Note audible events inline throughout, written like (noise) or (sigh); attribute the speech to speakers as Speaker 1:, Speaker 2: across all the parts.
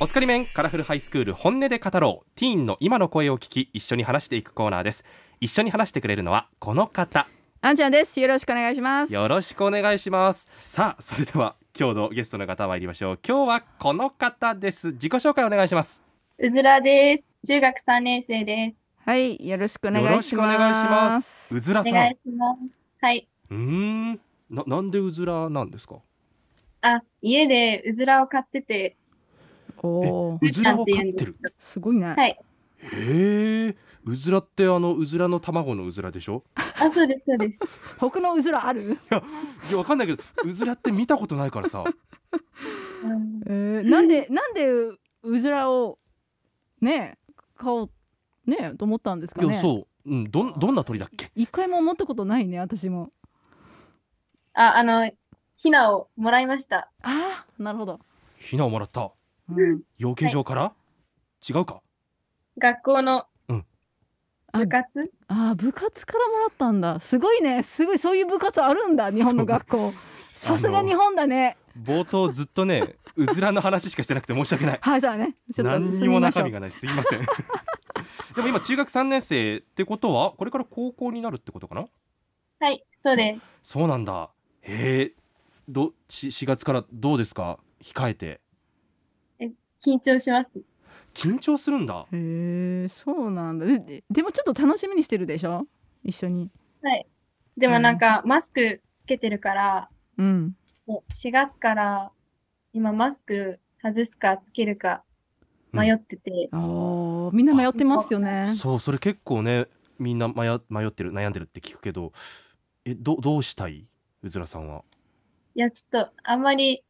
Speaker 1: おつかり面カラフルハイスクール本音で語ろうティーンの今の声を聞き一緒に話していくコーナーです一緒に話してくれるのはこの方
Speaker 2: あんちゃんですよろしくお願いします
Speaker 1: よろしくお願いしますさあそれでは今日のゲストの方参りましょう今日はこの方です自己紹介お願いします
Speaker 3: うずらです。中学3年生で
Speaker 2: はいよろしくお願
Speaker 1: よろ
Speaker 2: い
Speaker 1: し
Speaker 2: し
Speaker 1: くお願
Speaker 2: ます
Speaker 1: いしますうずらさ
Speaker 3: す。お
Speaker 1: ん
Speaker 3: 願いうします。はい。
Speaker 1: ーんななんでうずらなんですか
Speaker 3: あ、家でうずらを飼ってて、
Speaker 2: おー
Speaker 1: うずらを飼ってる
Speaker 2: すごいね、
Speaker 3: はい。
Speaker 1: へえうずらってあのうずらの卵のうずらでしょ
Speaker 3: あ、そうです、そうです。
Speaker 2: 他のうずらある、
Speaker 1: いやわかんないけどうずらって見たことないからさ
Speaker 3: うん
Speaker 2: えー、なんでなんでううずらをね買おうねと思ったんですか
Speaker 1: い
Speaker 2: ね
Speaker 1: やそう、うん、どんどんな鳥だっけ
Speaker 2: 一回も思ったことないね私も
Speaker 3: あ、あの、ひなをもらいました。
Speaker 2: ああなるほど、
Speaker 1: ひなをもらった
Speaker 2: うん、
Speaker 1: 養鶏場から、違うか
Speaker 3: 学校の
Speaker 2: あ
Speaker 3: 部活、
Speaker 2: あー部活からもらったんだすごいねすごいそういう部活あるんだ日本の学校
Speaker 1: そう
Speaker 2: さすが日本だね
Speaker 1: 冒頭ずっと
Speaker 2: (laughs)
Speaker 1: ねうずらの話しかしてなくて申し訳ない
Speaker 2: はいそうだねちょっと
Speaker 1: 何
Speaker 2: 進
Speaker 1: に
Speaker 2: み
Speaker 1: も
Speaker 2: まし
Speaker 1: 中
Speaker 2: ょう
Speaker 1: 身がないすいません (laughs) でも今中学3年生ってことはこれから高校になるってことかな
Speaker 3: はい、そうです。
Speaker 1: そうなんだへえどし4月からどうですか控えて
Speaker 3: 緊張します。
Speaker 1: 緊張するんだ
Speaker 2: へえそうなんだでででもちょっと楽しみにしてるでしょ一緒に
Speaker 3: でもなんか、マスクつけてるから、
Speaker 2: うん
Speaker 3: 4月から今マスク外すかつけるか迷ってて、
Speaker 2: あーみんな迷ってますよね
Speaker 1: そうそれ結構ねみんな迷迷ってる悩んでるって聞くけどえどどうしたいうずらさんはい
Speaker 3: や、ちょっとあんまり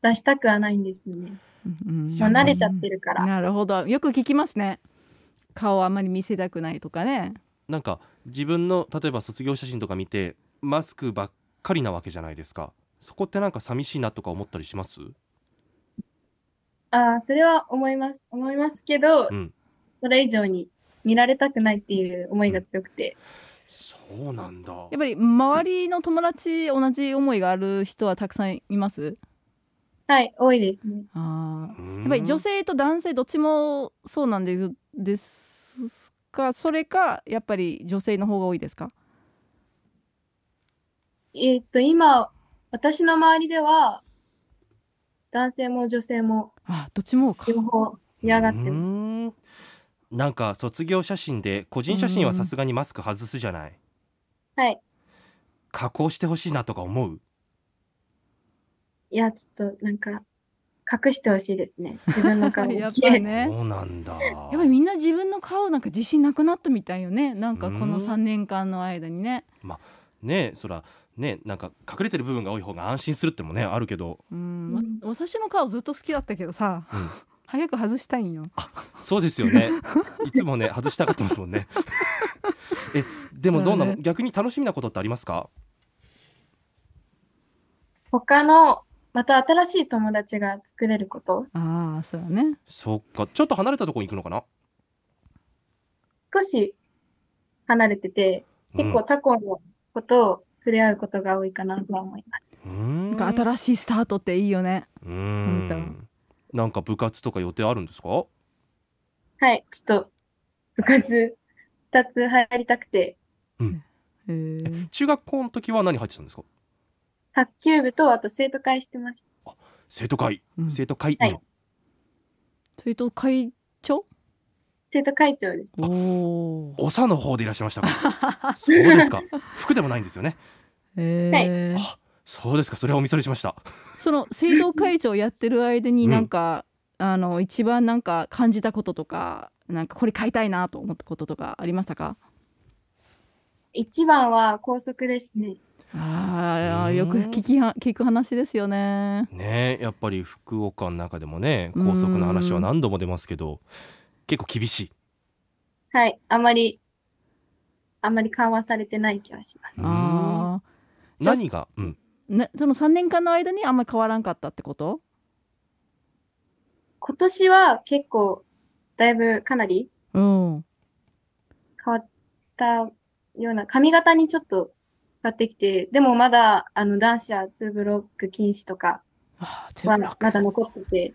Speaker 3: 出したくはないんですよね。
Speaker 2: うん
Speaker 3: もう慣れちゃってるから。
Speaker 2: なるほどよく聞きますね顔をあまり見せたくないとかね
Speaker 1: なんか自分の例えば卒業写真とか見てマスクばっかりなわけじゃないですかそこってなんか寂しいなとか思ったりします
Speaker 3: ああ、それは思います。思いますけど、
Speaker 1: うん
Speaker 3: それ以上に見られたくないっていう思いが強くて。
Speaker 1: そうなんだ
Speaker 2: やっぱり周りの友達同じ思いがある人はたくさんいます
Speaker 3: はい、多いですね。
Speaker 2: あーや
Speaker 1: っ
Speaker 2: っぱり女性と男性どっちもそうなんですですかそれかやっぱり女性の方が多いですか
Speaker 3: えーっと、今、私の周りでは、男性も女性も
Speaker 2: あどっちもか
Speaker 3: 両方嫌がって
Speaker 1: う
Speaker 3: ます。
Speaker 1: ーんなんか卒業写真で個人写真はさすがにマスク外すじゃない
Speaker 3: はい。
Speaker 1: 加工してほしいなとか思う
Speaker 3: いや、ちょっと、なんか、隠してほしいですね。自分の顔
Speaker 2: (laughs)
Speaker 3: を
Speaker 2: やっぱりね
Speaker 1: そうなんだや
Speaker 2: やっぱりみんな自分の顔なんか自信なくなったみたいよねなんかこ
Speaker 1: う
Speaker 2: の
Speaker 1: ん
Speaker 2: 3年間の間にね
Speaker 1: ねえそらねえなんか隠れてる部分が多い方が安心するってのもねあるけど
Speaker 2: うんわ
Speaker 3: うん
Speaker 2: 私の顔ずっと好きだったけどさ、
Speaker 1: うん
Speaker 2: 早く外したいんよ
Speaker 1: そうですよねいつもね外したがってますもんねえでもどうなの、
Speaker 2: そうだね
Speaker 1: 逆に楽しみなことってありますか
Speaker 3: 他の、また新しい友達が作れること、
Speaker 2: ああそうだね
Speaker 1: そっかちょっと離れたところに行くのかな
Speaker 3: 少し離れてて、結構
Speaker 1: う
Speaker 3: 他校のことを触れ合うことが多いかなとは思います。
Speaker 1: ん
Speaker 2: なんか新しいスタートっていいよね
Speaker 1: うーん
Speaker 2: 本
Speaker 1: なんか部活とか予定あるんですか
Speaker 3: はい、ちょっと部活2つ入りたくて、
Speaker 2: へー
Speaker 1: 中学校の時は何入ってたんですか
Speaker 3: 卓球部とあと生徒会してました。
Speaker 1: 生徒会、
Speaker 2: うんそ
Speaker 1: 生徒会員、
Speaker 3: はい
Speaker 2: れと会長
Speaker 3: 生徒会長です。
Speaker 2: おおー
Speaker 1: 長の方でいらっしゃいました
Speaker 2: (laughs)
Speaker 1: かそうですか服でもないんですよね
Speaker 2: へー
Speaker 1: あそうですかそれはお見それしました
Speaker 2: その生徒会長やってる間になんか、あの一番なんか感じたこととかなんかこれ買いたいなと思ったこととかありましたか
Speaker 3: 一番は校則ですね。
Speaker 2: ああ
Speaker 1: うん
Speaker 2: よく聞きは聞く話ですよね
Speaker 1: ねえやっぱり福岡の中でもね
Speaker 2: うん
Speaker 1: 校則の話は何度も出ますけど結構厳しい
Speaker 3: はい、あまり、あまり緩和されてない気はします。
Speaker 1: うん
Speaker 2: あじゃあ
Speaker 1: 何が、うん、
Speaker 2: あ、ね、その3年間の間にあんまり変わらんかったってこと
Speaker 3: 今年は結構、だいぶかなり
Speaker 2: うん
Speaker 3: 変わったような、髪型にちょっと変わってきて、でもまだ、あの、男子はツーブロック禁止とか
Speaker 2: あー
Speaker 3: は
Speaker 2: でも
Speaker 3: まだ残ってて、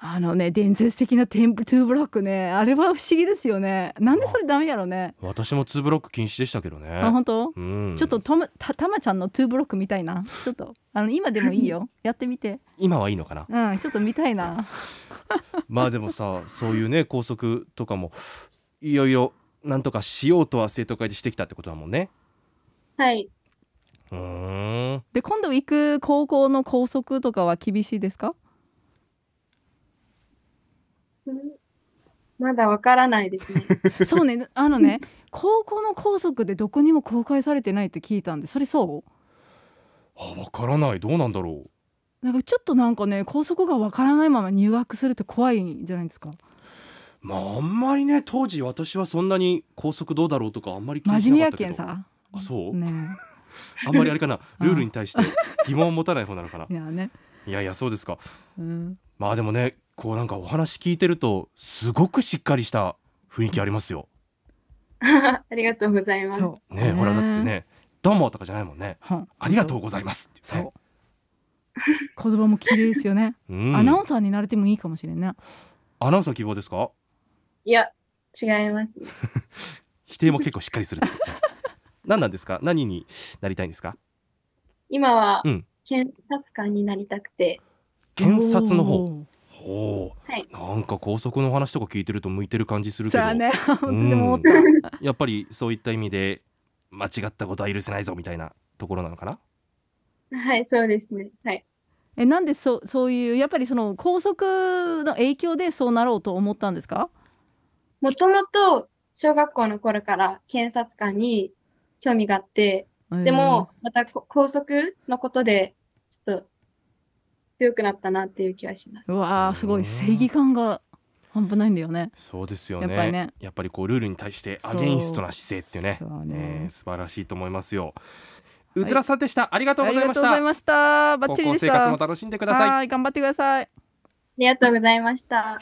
Speaker 2: あのね伝説的なテンプトゥーブロックねあれは不思議ですよねなんでそれダメやろね
Speaker 1: 私も2ブロック禁止でしたけどね
Speaker 2: あ本当
Speaker 1: うん
Speaker 2: ちょっとともたたまちゃんのトゥーブロック見たいなちょっとあの今でもい
Speaker 1: (laughs)
Speaker 2: いよやってみて
Speaker 1: 今はいいのかな
Speaker 2: うんちょっと見たいな
Speaker 1: まあでもさそういうね校則とかもいろいろなんとかしようとは生徒会でしてきたってことだもんね
Speaker 3: はい。
Speaker 1: うーん
Speaker 2: で今度行く高校の校則とかは厳しいで
Speaker 1: (laughs)
Speaker 2: すか
Speaker 3: まだわからないですね。
Speaker 2: そうねあのね高校の校則でどこにも公開されてないって聞いたんでそれそ
Speaker 1: あ分からないどうなんだろう
Speaker 2: うなんかちょっとなんかね校則がわからないまま入学するって怖いんじゃないですか
Speaker 1: まああんまりね当時私はそんなに校則どうだろうとかあんまり気にし
Speaker 2: 真面目
Speaker 1: なかっ
Speaker 2: や
Speaker 1: たけ
Speaker 2: け
Speaker 1: ど
Speaker 2: んさ
Speaker 1: あそう、
Speaker 2: ね
Speaker 1: あんまりあれかな
Speaker 2: うん
Speaker 1: ルールに対して疑問を持たない方なのかな
Speaker 2: えいやね、
Speaker 1: いやいやそうですか
Speaker 2: うん、
Speaker 1: まあでもねこうなんかお話聞いてるとすごくしっかりした雰囲気ありますよ
Speaker 3: (laughs) ありがとうございます。
Speaker 2: そう
Speaker 1: ねほらだってねどうもとかじゃないもんね
Speaker 2: ほん
Speaker 1: ありがとうございますって
Speaker 2: そう
Speaker 1: ね、
Speaker 2: 言葉も綺麗ですよね、
Speaker 1: うん
Speaker 2: アナウンサーになれてもいいかもしれんね
Speaker 1: アナウンサー希望ですか
Speaker 3: いや、違います。
Speaker 1: 否定も結構しっかりする
Speaker 2: (laughs)
Speaker 1: ってことね何なんですか何になりたいんですか
Speaker 3: 今は
Speaker 1: うん、
Speaker 3: 検察官になりたくて、
Speaker 1: 検察の方
Speaker 2: おー
Speaker 1: ほう、
Speaker 3: はい
Speaker 1: なんか高速の話とか聞いてると向いてる感じするけ
Speaker 2: そう
Speaker 1: ど
Speaker 2: やね私
Speaker 1: うん
Speaker 2: も思った、
Speaker 1: やっぱりそういった意味で間違ったことは許せないぞみたいなところなのかな
Speaker 3: はい、そうですね。はい。
Speaker 2: えなんでそうそういうやっぱりその校則の影響でそうなろうと思ったんですか
Speaker 3: もともと、小学校の頃から検察官に興味があって、でも、またこ校則のことで、ちょっと強くなったなっていう気はします。
Speaker 2: うわあすご
Speaker 1: うん
Speaker 2: い正義感が半端ないんだよね。
Speaker 1: そうですよね
Speaker 2: やっぱりね
Speaker 1: やっぱりこうルールに対して
Speaker 2: そう
Speaker 1: アゲインストな姿勢っていうね
Speaker 2: そう
Speaker 1: え
Speaker 2: ね
Speaker 1: ー素晴らしいと思いますようずらさんでした、ありがとう
Speaker 2: あ
Speaker 1: ご
Speaker 2: り
Speaker 1: ざい
Speaker 2: が
Speaker 1: まし
Speaker 2: とうござ
Speaker 1: た
Speaker 2: いました。バッ
Speaker 1: 高
Speaker 2: チリ
Speaker 1: 校
Speaker 2: でし
Speaker 1: 生活
Speaker 2: た。
Speaker 1: も楽しんでください
Speaker 2: はーい頑張ってください。
Speaker 3: ありがとうございました。